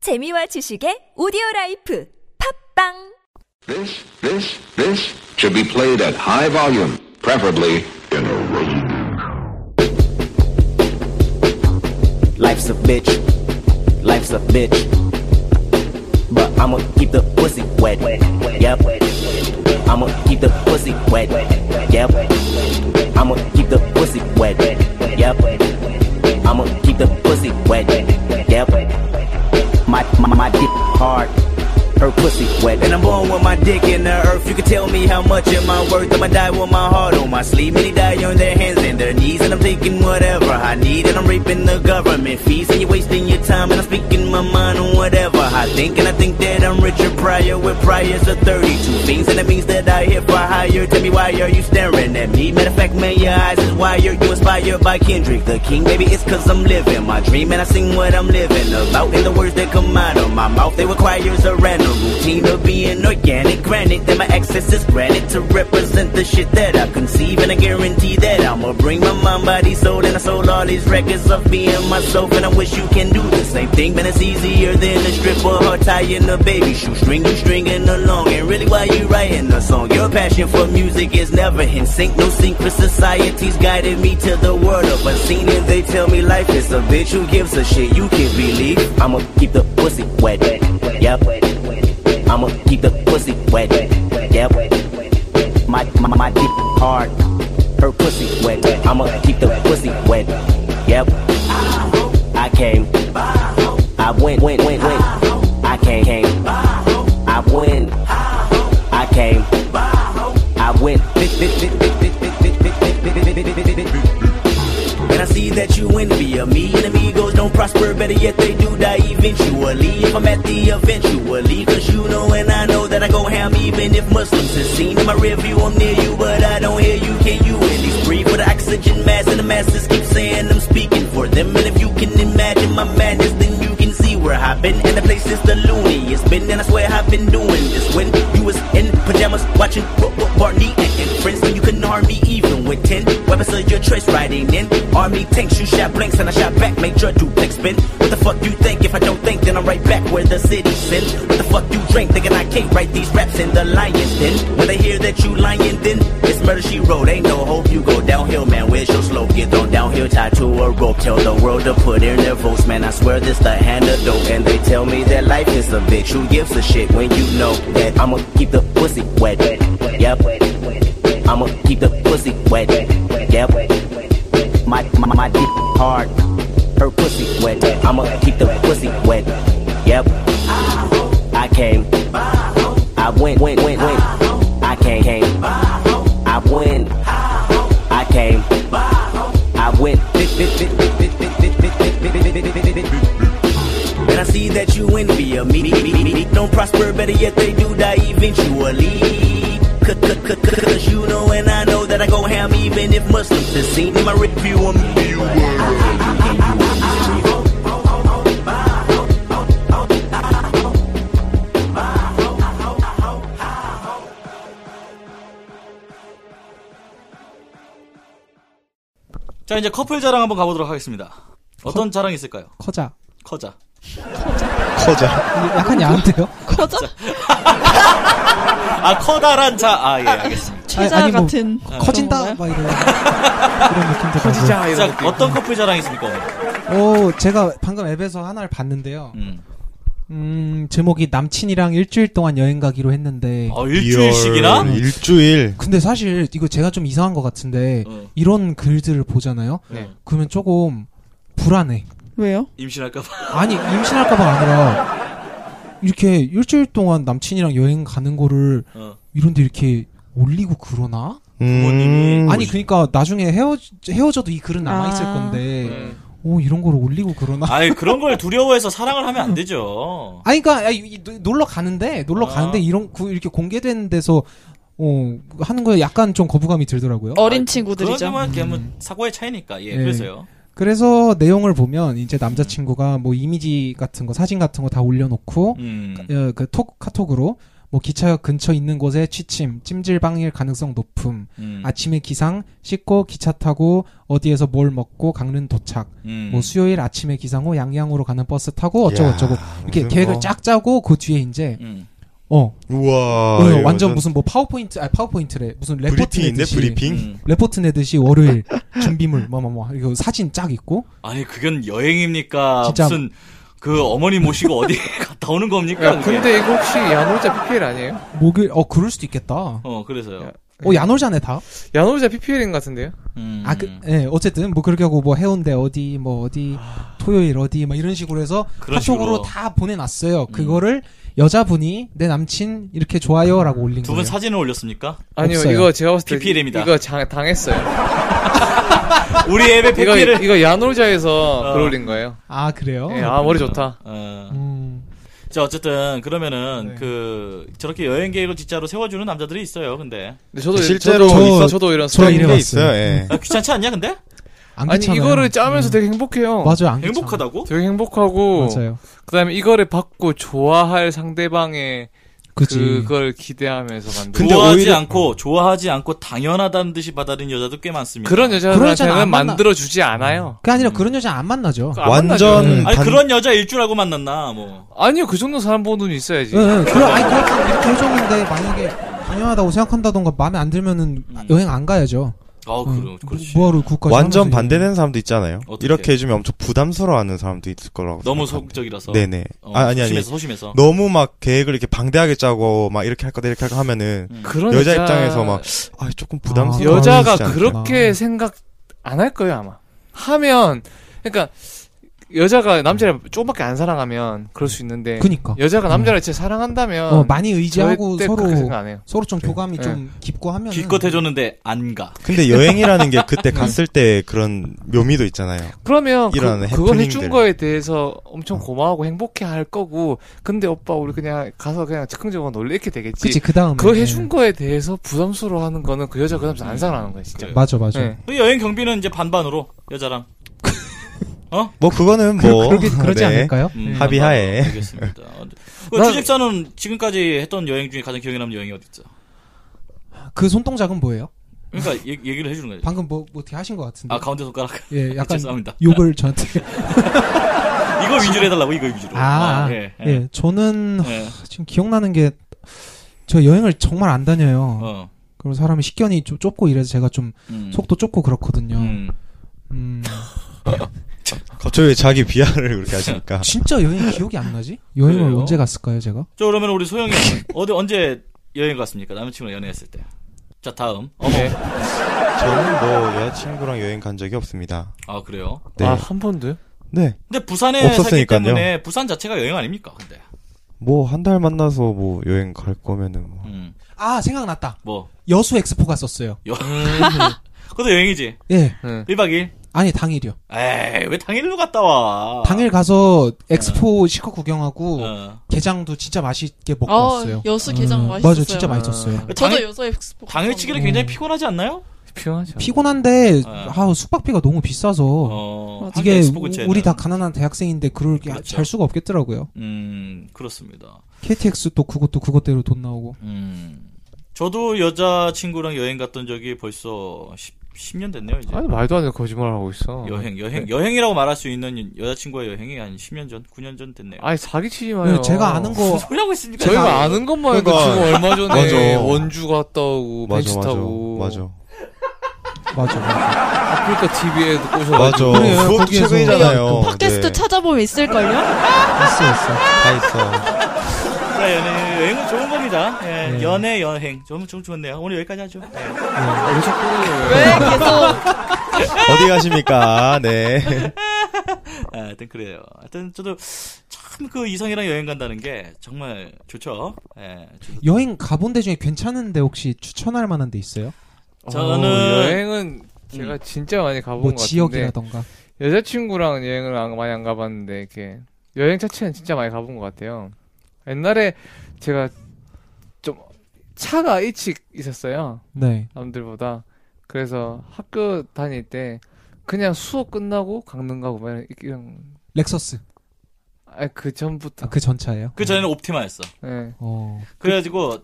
재미와 지식의 오디오 라이프 팝빵 This, this, this should be played at high volume, preferably in a radio. Life's a bitch. Life's a bitch. But I'ma keep the pussy wet. Yep. I'ma keep the pussy wet. Yep. I'ma keep the pussy wet. Yep. I'ma keep the pussy wet. Yep. My my, my dick hard. Her pussy wet. And I'm born with my dick in the earth. You can tell me how much am I worth. I'ma die with my heart on my sleeve. Many die on their hands and their knees. And I'm taking whatever I need. And I'm raping the government fees. And you're wasting your time. And I'm speaking my mind on whatever I think. And I think that I'm Richard Pryor with priors to 32 things. And that means that I hit for higher. Tell me why are you staring at me? Matter of fact, man, your eyes is wired. You inspired by Kendrick the King. Maybe it's cause I'm living my dream. And I sing what I'm living about. And the words that come out of my mouth, they requires a random routine of being organic. Granted that my access is granted to represent the shit that I conceive. And I guarantee that I'ma bring my mind, body, soul, and I sold all these records of being myself. And I wish you can do the same thing. Man, it's easier than a stripper or tying a baby shoestring. You stringing along. And really, why you writing a song? Your passion for music is never in sync. No secret societies guided me to the world of unseen. And they tell me life is a bitch. Who gives a shit? You can believe. I'ma keep the pussy wet. Yep. I'ma keep the pussy wet. Yeah, my my my dick hard. Her pussy wet. I'ma keep the pussy wet. Yep. I came. I went. Went. Went. Went. I came. Came. I went. I came. I went. Bitch. Bitch. Bitch. Bitch. Bitch. Bitch. Bitch. Bitch. Bitch. Bitch. Bitch. Bitch. And I see that you envy of me. And amigos don't prosper, better yet they do die eventually. If I'm at the eventually, cause you know and I know that I go ham even if Muslims is seen in my rear view. I'm near you, but I don't hear you. Can you at least breathe with the oxygen mask? And the masses keep saying I'm speaking for them. And if you can imagine my madness, then you can see where I've been. And the place is the loony. It's been, and I swear I've been doing this when you was in pajamas watching what Barney and, and friends. And you couldn't harm me even with 10 weapons of your choice riding in. Army tanks, you shot blanks and I shot back. Make sure duplex spin. What the fuck you think? If I don't think, then I'm right back where the city sent. What the fuck you drink? Thinking I can't write these raps in the lion's den. When they hear that you lying, then it's murder she wrote. Ain't no hope you go downhill, man. Where's your slope? Get thrown downhill, tied to a rope. Tell the world to put in their votes, man. I swear this the antidote. And they tell me that life is a bitch. Who gives a shit when you know that I'ma keep the pussy wet? Yep. I'ma keep the pussy wet. Yep my, my, my dick hard. Her pussy wet. I'ma keep the pussy wet. Yep. I came. I went, went, went, went. I came, came. I went. I came. I went. And I see that you envy of me. me, me, me, me. Don't prosper, better yet they do die eventually. C- c- c- c- Cause you know and I know that I go ham even if Muslims is seen in my review on me. 자 이제 커플 자랑 한번 가보도록 하겠습니다. 어떤 자랑이 있을까요? 커자. 커자. 커자. 근데 약간 야한데요? 아 커다란 자. 아 예 알겠습니다. 최자 아니, 아니, 뭐- 같은 커진다? 그런 건가요? 막 이런. 이런 느낌도 커지자. 아, 자 어떤 커플 자랑이 있습니까? 오늘? 오, 제가 방금 앱에서 하나를 봤는데요. 음. 음, 제목이 남친이랑 일주일 동안 여행 가기로 했는데. 아, 어 일주일씩이나? 이월, 음, 일주일. 근데 사실 이거 제가 좀 이상한 것 같은데, 어. 이런 글들을 보잖아요? 네. 그러면 조금 불안해. 왜요? 임신할까봐. 아니, 임신할까봐 아니라, 이렇게 일주일 동안 남친이랑 여행 가는 거를 어. 이런데 이렇게 올리고 그러나? 음. 아니, 그니까 나중에 헤어, 헤어져도 이 글은 남아있을 아. 건데, 오, 이런 걸 올리고 그러나? 음. 아이 그런 걸 두려워해서 사랑을 하면 안 되죠. 아니, 그니까, 놀러 가는데, 놀러 아. 가는데, 이런, 구- 이렇게 공개된 데서, 어, 하는 거에 약간 좀 거부감이 들더라고요. 어린 그런 친구들이죠. 음. 경우는 그냥 뭐 사고의 차이니까 예 네. 그래서요. 그래서 내용을 보면, 이제 남자친구가 뭐 이미지 같은 거, 사진 같은 거 다 올려놓고, 아, 음. 어, 그 톡, 카톡으로, 뭐 기차역 근처 있는 곳에 취침, 찜질방일 가능성 높음. 음. 아침에 기상, 씻고 기차 타고 어디에서 뭘 먹고 강릉 도착. 음. 뭐 수요일 아침에 기상 후 양양으로 가는 버스 타고 어쩌고 저쩌고 이야, 이렇게 무슨 계획을 뭐. 쫙 짜고 그 뒤에 이제 음. 어 우와. 어, 아, 이거 완전 무슨 뭐 파워포인트 아니 파워포인트래 무슨 레포트 브리핑인데 내듯이 브리핑. 음. 레포트 내듯이 월요일 준비물 뭐 뭐 뭐 이거 사진 쫙 있고 아니 그건 여행입니까? 진짜. 무슨 그 어머니 모시고 어디 갔다 오는 겁니까? 야, 그게? 근데 이거 혹시 야놀자 PPL 아니에요? 목요일 어 그럴 수도 있겠다. 어 그래서요. 어 야놀자네 다. 야놀자 PPL인 것 같은데요? 음. 아, 그, 예, 어쨌든, 뭐, 그렇게 하고, 뭐, 해운대 어디, 뭐, 어디, 아. 토요일 어디, 막 이런 식으로 해서 그런 카톡으로 식으로. 음. 다 보내놨어요. 그거를 여자분이 내 남친 이렇게 좋아요 라고 올린 두 네. 분 거예요. 사진을 올렸습니까? 아니요, 없어요. 이거 제가 봤을 때 PPL입니다. 이거 장- 당했어요. 우리 앱의 이거 패키를. 이거 야놀자에서 어. 글 올린 거예요. 아, 그래요? 예, 아 머리 좋다. 어. 음, 자 어쨌든 그러면은 네. 그 저렇게 여행 계획을 진짜로 세워주는 남자들이 있어요. 근데 근데 저도 실제로 저도, 있었- 저도 저런 이런 스타일인데. 일이 게 있어요. 예. 아, 귀찮지 않냐 근데? 안 아니 귀찮아요. 이거를 짜면서 음. 되게 행복해요. 맞아요, 안 행복하다고? 되게 행복하고 맞아요. 그다음에 이거를 받고 좋아할 상대방의 그지. 그걸 기대하면서 만든. 근데 좋아하지 오히려- 어. 않고 좋아하지 않고 당연하다는 듯이 받아들인 여자도 꽤 많습니다. 그런 그런 여자는 여자들한테는 안 만나- 만들어 주지 않아요. 그게 아니라 그런 여자 안 만나죠. 그거 안 만나죠. 완전 아니 반- 그런 여자 일줄 알고 만났나 뭐. 아니요 그 정도 사람 보는 눈이 있어야지. 예, 예. 그럼, 아니, 그렇게 이렇게 해줬는데, 만약에 당연하다고 생각한다던가, 마음에 안 들면은 여행 안 가야죠. 어, 아 그럼 음, 그렇지. 뭐하러 국까지 완전 반대되는 사람도 있잖아요. 어떻게? 이렇게 해주면 엄청 부담스러워하는 사람도 있을 거라고. 너무 생각합니다. 소극적이라서. 네네. 어, 아, 아니 아니. 소심해서 소심해서. 너무 막 계획을 이렇게 방대하게 짜고 막 이렇게 할 거다 이렇게 할 거 하면은 그런 여자 입장에서 막 아, 조금 부담스러워. 아, 여자가 하시지 않을까. 그렇게 생각 안 할 거예요 아마. 하면 그러니까 여자가 남자를 조금밖에 안 사랑하면 그럴 수 있는데 그니까. 음. 여자가 남자를 진짜 사랑한다면 어, 많이 의지하고 절대 그렇게 서로, 생각 안 해요. 서로 좀 네. 교감이 좀 깊고 뭐 하면. 기껏 해줬는데 안 가. 근데 여행이라는 게 그때 갔을 때 그런 묘미도 있잖아요. 그러면 그, 이런 그걸 해준 해프닝들. 거에 대해서 어. 엄청 고마워하고 행복해 할 거고 근데 오빠 우리 그냥 가서 그냥 즉흥적으로 놀래 이렇게 되겠지. 그치, 그 다음에. 그거 해준 거에 대해서 부담스러워하는 거는 그 여자 그 남자 안 사랑하는 거야 진짜. 그래요. 음. 맞아, 맞아. 네. 그 여행 경비는 이제 반반으로 여자랑. 뭐 그거는 그, 뭐 그러게, 그러지 네. 않을까요? 음, 합의하에. 반반으로. 알겠습니다. 어, 그 난- 주집사는 지금까지 했던 여행 중에 가장 기억에 남는 여행이 어디 있죠? 그 손동작은 뭐예요? 그러니까 얘- 얘기를 해주는 거죠. 방금 뭐, 뭐 어떻게 하신 것 같은데. 아 가운데 손가락. 예, 약간 죄송합니다. 욕을 저한테. 이거 위주로 해달라고 이거 위주로. 아, 예. 예, 예. 저는 예. 하, 지금 기억나는 게 저 여행을 정말 안 다녀요. 어. 그리고 사람이 식견이 좀 좁고 이래서 제가 좀 음. 속도 좁고 그렇거든요. 음. 음, 갑자기 왜 자기 비하를 그렇게 하시니까. 진짜 여행 기억이 안 나지? 여행을 그래요? 언제 갔을까요, 제가? 저 그러면 우리 소영이 형은 어디 언제 여행 갔습니까? 남자친구랑 연애했을 때. 자 다음. 어머. 네. 저는 뭐 여자친구랑 여행 간 적이 없습니다. 아 그래요. 네. 아 한 번도요? 네. 근데 부산에 살기 없었으니까요. 때문에 부산 자체가 여행 아닙니까? 근데. 뭐 한 달 만나서 뭐 여행 갈 거면은 뭐. 음. 아, 생각났다. 뭐. 여수 엑스포 갔었어요. 여... 음. 그것도 여행이지. 예, 응. 1박 2일. 아니 당일이요. 에이 왜 당일로 갔다 와? 당일 가서 아. 엑스포 실컷 구경하고 어. 게장도 진짜 맛있게 먹고 아, 왔어요. 여수 게장 음, 맛있었어요. 맞아, 진짜 맛있었어요. 그 저도 뭐 당일 여수 엑스포. 당일치기를 음. 굉장히 피곤하지 않나요? 필요하죠. 피곤한데 어. 아, 숙박비가 너무 비싸서 어. 맞아. 이게 엑스포 우- 근처에 우리 있는. 다 가난한 대학생인데 그럴 게 그렇죠. 잘 수가 없겠더라고요. 음 그렇습니다. KTX 또 그것도 그것대로 돈 나오고. 음. 저도 여자친구랑 여행 갔던 적이 벌써 10, 년 됐네요, 이제. 아니 말도 안 되는 거짓말 하고 있어. 여행, 여행, 여행이라고 말할 수 있는 여자친구와의 여행이 한 10년 전, 9년 전 됐네요. 아니 사기치지 마요. 제가 아는 거 소리 하고 있습니까? 저희가 아는 것만 해도 그러니까. 지금 얼마 전에 맞아. 원주 갔다 오고 음, 벤츠 맞아 맞아 타고 맞아 맞아. 맞아. 아프리카 TV에도 맞아 꼬셔가지고 그래요, 그것도 거기에서. 최근이잖아요. 팟캐스트 네. 찾아보면 있을걸요? 있어 있어. 다 있어. 자, 연애, 여행은 좋은 겁니다. 예, 네. 연애, 여행. 좀, 좀 좋네요. 오늘 여기까지 하죠. 예. 왜 계속 어디 가십니까? 네. 아, 하여튼 그래요. 하여튼 저도 참 그 이성이랑 여행 간다는 게 정말 좋죠. 예, 저도 여행 가본 데 중에 괜찮은데 혹시 추천할 만한 데 있어요? 저는- 음. 여행은 제가 진짜 많이 가본 뭐 것 같은데 지역이라던가. 여자친구랑 여행을 안- 많이 안 가봤는데 이렇게 여행 자체는 진짜 많이 가본 것 같아요. 옛날에 제가 좀 차가 일찍 있었어요. 네. 남들보다 그래서 학교 다닐 때 그냥 수업 끝나고 강릉 가고 막 이런- 이런 렉서스. 아, 그 전부터. 아, 그 전차예요? 그 전에는 옵티마였어. 예. 어. 그래가지고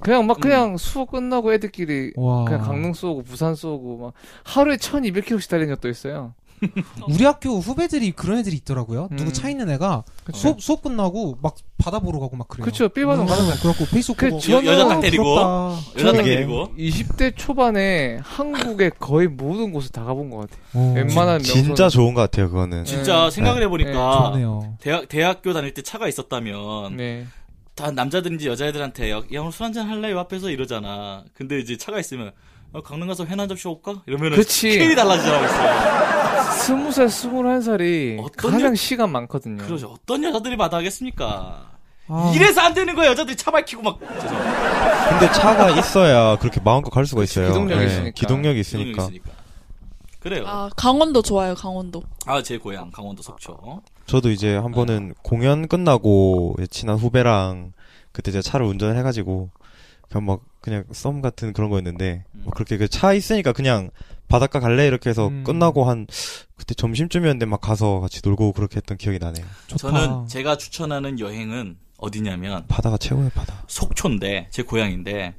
그냥 막 그냥 수업 끝나고 애들끼리 음. 와. 그냥 강릉 쏘고 부산 쏘고 막 하루에 1200km씩 달린 적도 있어요. 우리 학교 후배들이 그런 애들이 있더라고요. 음. 누구 차 있는 애가 그쵸. 수업 수업 끝나고 막 바다 보러 가고 막 그래요. 그쵸, 삘바다 음, 가는 그래갖고 페이스북 그 보고 저- 저는 여자 딱 아, 데리고 부럽다. 여자 딱 저게- 데리고 20대 초반에 한국의 거의 모든 곳을 다 가본 것 같아요. 어, 웬만한 명소 진짜 좋은 것 같아요, 그거는. 진짜 네. 생각을 해보니까 아. 좋네요. 대학 대학교 다닐 때 차가 있었다면 네. 다 남자들인지 여자애들한테 야, 야 오늘 술 한잔 할래 요 앞에서 이러잖아. 근데 이제 차가 있으면 어, 강릉 가서 회나 접시 올까? 이러면은 그치. 스케일이 달라지잖아. 벌써. 스무 살, 스물한 살이 어떤 가장 여- 시간 많거든요. 그러죠. 어떤 여자들이 마다하겠습니까? 아, 이래서 안 되는 거야 여자들이 차 밝히고 막. 죄송합니다. 근데 차가 있어야 그렇게 마음껏 갈 수가 있어요. 기동력이 예, 있으니까. 기동력이 기동력이 있으니까. 있으니까. 그래요. 아, 강원도 좋아요, 강원도. 아 제 고향 강원도 속초. 저도 이제 한 네. 번은 공연 끝나고 이제 친한 후배랑 그때 제가 차를 운전을 해가지고 그냥 막 그냥 썸 같은 그런 거였는데 음. 뭐 그렇게 그 차 있으니까 그냥 바닷가 갈래 이렇게 해서 음. 끝나고 한 그때 점심쯤이었는데 막 가서 같이 놀고 그렇게 했던 기억이 나네요. 좋다. 저는 제가 추천하는 여행은 어디냐면 바다가 최고예요, 바다. 속초인데 제 고향인데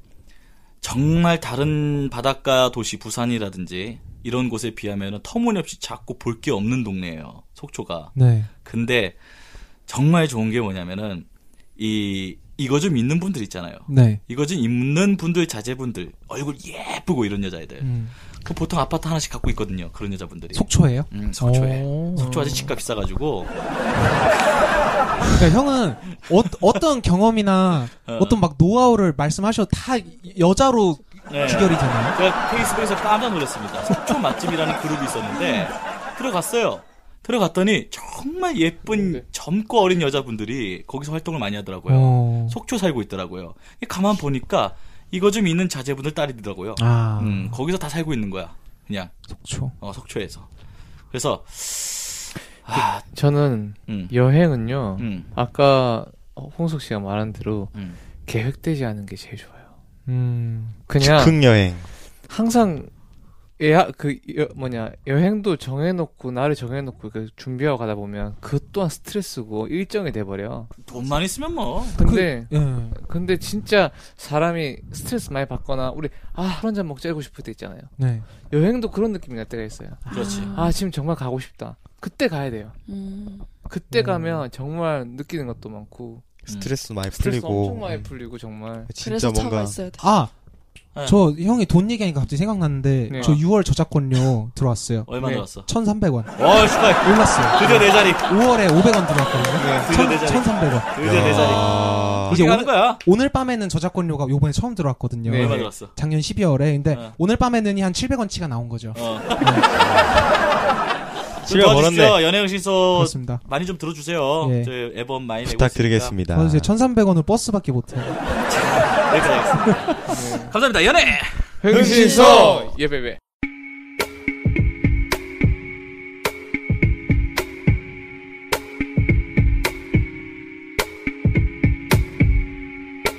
정말 다른 바닷가 도시 부산이라든지 이런 곳에 비하면 터무니없이 작고 볼 게 없는 동네예요. 속초가. 네. 근데 정말 좋은 게 뭐냐면은 이 이거 좀 있는 분들 있잖아요. 네. 이거 좀 있는 분들 자제분들 얼굴 예쁘고 이런 여자애들 음. 그 보통 아파트 하나씩 갖고 있거든요. 그런 여자분들이. 속초예요? 음, 속초에. 오. 속초 아직 집값 비싸가지고 그러니까 형은 어, 떤 경험이나 어. 어. 떤막 노하우를 말씀하셔도 다 여자로 네. 귀결이 되나요? 제가 페이스북에서 깜짝 놀랐습니다. 속초 맛집이라는 그룹이 있었는데 들어갔어요. 들어갔더니 정말 예쁜 젊고 어린 여자분들이 거기서 활동을 많이 하더라고요. 네. 어. 속초 살고 있더라고요. 가만 보니까 이거 좀 있는 자제분들 딸이더라고요. 아, 음, 거기서 다 살고 있는 거야. 그냥 속초. 어, 속초에서. 그래서 아, 저는 음, 여행은요. 음, 아까 홍석 씨가 말한 대로 음. 계획되지 않은 게 제일 좋아요. 음. 그냥 즉흥 여행. 항상 예약 그 여, 뭐냐 여행도 정해놓고 날을 정해놓고 그 준비하고 가다 보면 그것 또한 스트레스고 일정이 돼버려. 돈만 있으면 뭐. 근데 그, 예. 근데 진짜 사람이 스트레스 많이 받거나 우리 아 한 잔 먹자 이러고 싶을 때 있잖아요. 네. 여행도 그런 느낌이 날 때가 있어요. 그렇지. 아 지금 정말 가고 싶다. 그때 가야 돼요. 음. 그때 가면 정말 느끼는 것도 많고 음. 스트레스 많이 스트레스 풀리고. 엄청 많이 풀리고 정말 진짜 그래서 차가 뭔가 있어야 돼. 아, 네. 저 형이 돈 얘기하니까 갑자기 생각났는데 네. 저 6월 저작권료 들어왔어요. 얼마 네. 들었어? 1,300원. 어, 축하해. 올랐어요. 드디어 내 자리. 5월에 500원 들어왔거든요. 드디어 내 자리. 1,300원. 네, 드디어 내 자리. 아, 이제 이제 가는 오늘, 거야. 오늘 밤에는 저작권료가 요번에 처음 들어왔거든요. 네. 얼마 들었어? 작년 12월에. 근데 어. 오늘 밤에는 한 700원치가 나온 거죠. 어. 집에 멀었네. 네. 연예영 씨소 그렇습니다. 많이 좀 들어주세요. 예. 저희 앨범 많이 내고 부탁드리겠습니다. 저는 이제 1,300원을 버스밖에 못해요. 있으니까 여기까지 하겠습니다. 감사합니다. 연애. 흥신소 예배배.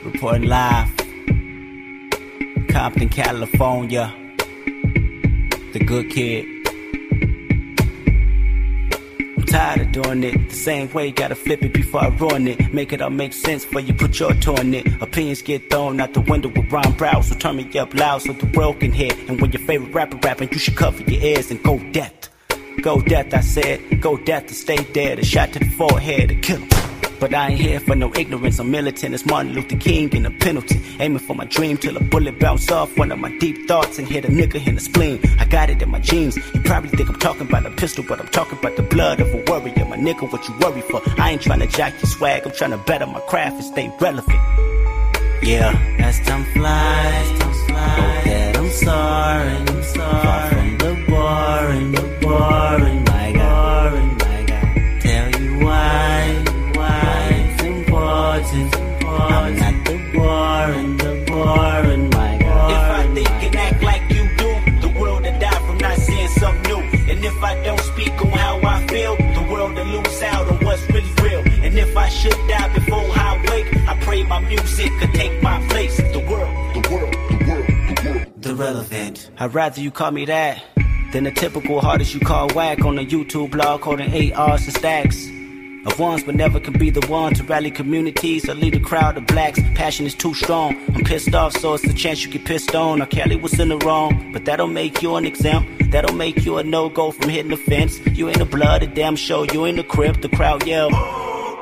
Reporting live. Compton, California. The good kid. I'm tired of doing it the same way. Gotta flip it before I ruin it. Make it all make sense before you put your toe in it. Opinions get thrown out the window with Ron Brown. So turn me up loud so the world can hear. And when your favorite rapper rapping, you should cover your ears and go death. Go death, I said. Go death to stay dead. A shot to the forehead to kill him. But I ain't here for no ignorance. I'm militant as Martin Luther King in a penalty. Aiming for my dream till a bullet bounce off one of my deep thoughts and hit a nigga in the spleen. I got it in my jeans. You probably think I'm talking about a pistol, but I'm talking about the blood of a warrior. My nigga, what you worry for? I ain't tryna jack your swag. I'm tryna better my craft and stay relevant. Yeah. As time flies, oh that I'm sorry, I'm sorry. Far from the boring, the boring, my God. my God. Tell you why, why it's important. I'm not the boring, the boring, my God. If I think and act like you do, the world will die from not seeing something new. And if I don't speak on how I feel, the world will lose out on what's really real. And if I should die before I wake, I pray my music could take my place. The world, the world, the world, the world. The relevant. I'd rather you call me that than the typical hardest you call whack on a YouTube blog holding eight R's and stacks. of ones, but never can be the one to rally communities or lead a crowd of blacks. Passion is too strong. I'm pissed off, so it's the chance you get pissed on. Now Kelly was in the wrong, but that'll make you an exempt. That'll make you a no-go from hitting the fence. You ain't a blood, a damn show. You ain't a crip. The crowd yell.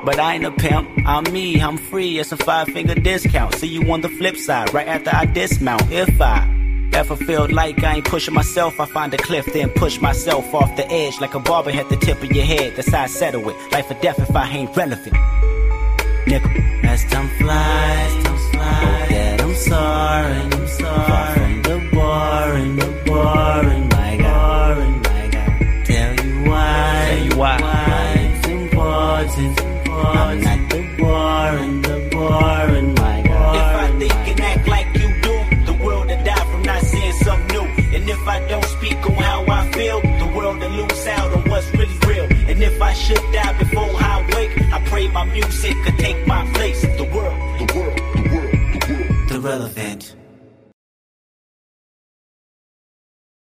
But I ain't a pimp, I'm me, I'm free, it's a five finger discount. See you on the flip side, right after I dismount. If I ever feel like I ain't pushing myself, I find a cliff, then push myself off the edge like a barber at the tip of your head. That's how I settle it. Life or death if I ain't relevant. Nigga, as time flies, time flies. That I'm sorry, I'm sorry. Oh, Far from the boring, the boring, my God. Boring, my God. Tell you why, tell you why. why it's important. I'm not the boring, the boring, my God. If I think and act like you do, the world will die from not seeing something new. And if I don't speak on how I feel, the world will lose out on what's really real. And if I should die before I wake, I pray my music could